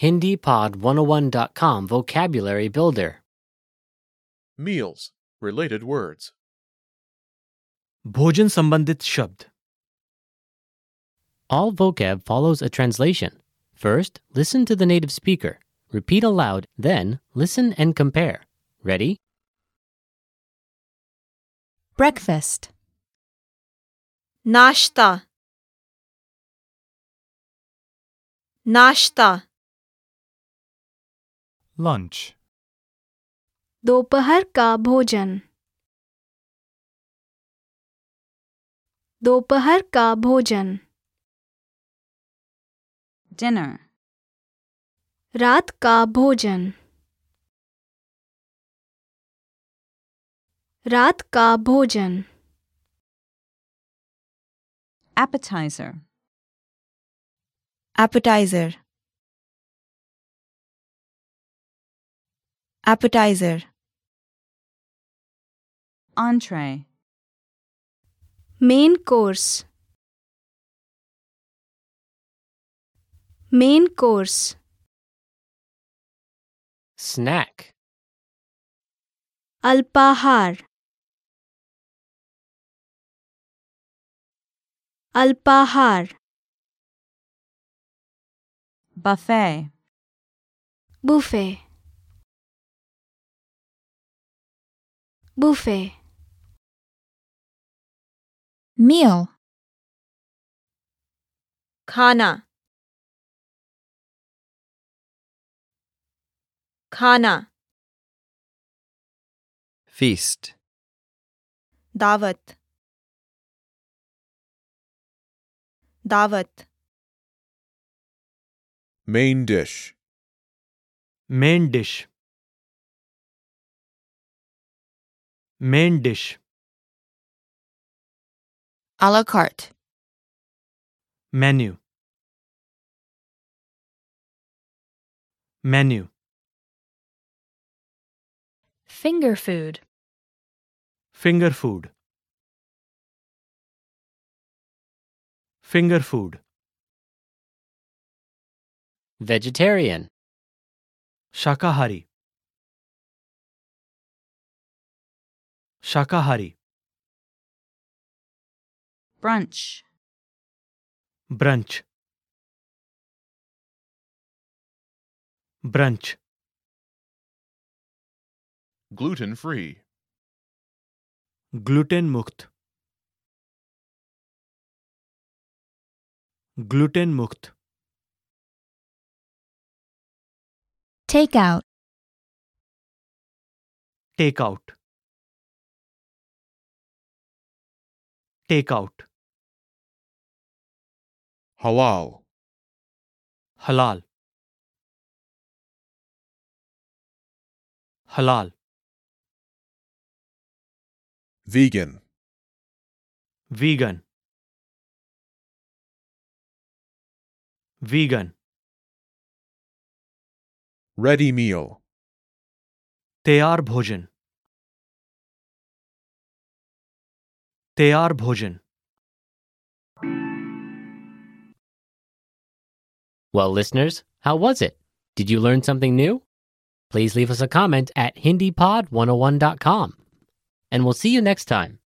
HindiPod101.com Vocabulary Builder. Meals. Related words. भोजन संबंधित शब्द All vocab follows a translation. First, listen to the native speaker. Repeat aloud, then, listen and compare. Ready? Breakfast. नाश्ता नाश्ता lunch दोपहर का भोजन दोपहर का भोजन dinner, रात का भोजन रात का भोजन appetizer, appetizer appetizer entree, main course main course Snack. अल्पाहार अल्पाहार buffet, बुफे बुफे meal खाना खाना Feast. दावत दावत Main dish. Main dish main dish à la carte menu menu finger food finger food finger food Vegetarian. शाकाहारी शाकाहारी brunch, brunch brunch Gluten free. Gluten मुक्त gluten मुक्त takeout टेकआउट टेकआउट Halal. हलाल हलाल Vegan. Vegan. Vegan. Ready meal. तैयार भोजन तैयार भोजन Well, listeners, how was it? Did you learn something new? oh Please leave us a comment at HindiPod101.com. And we'll see you next time.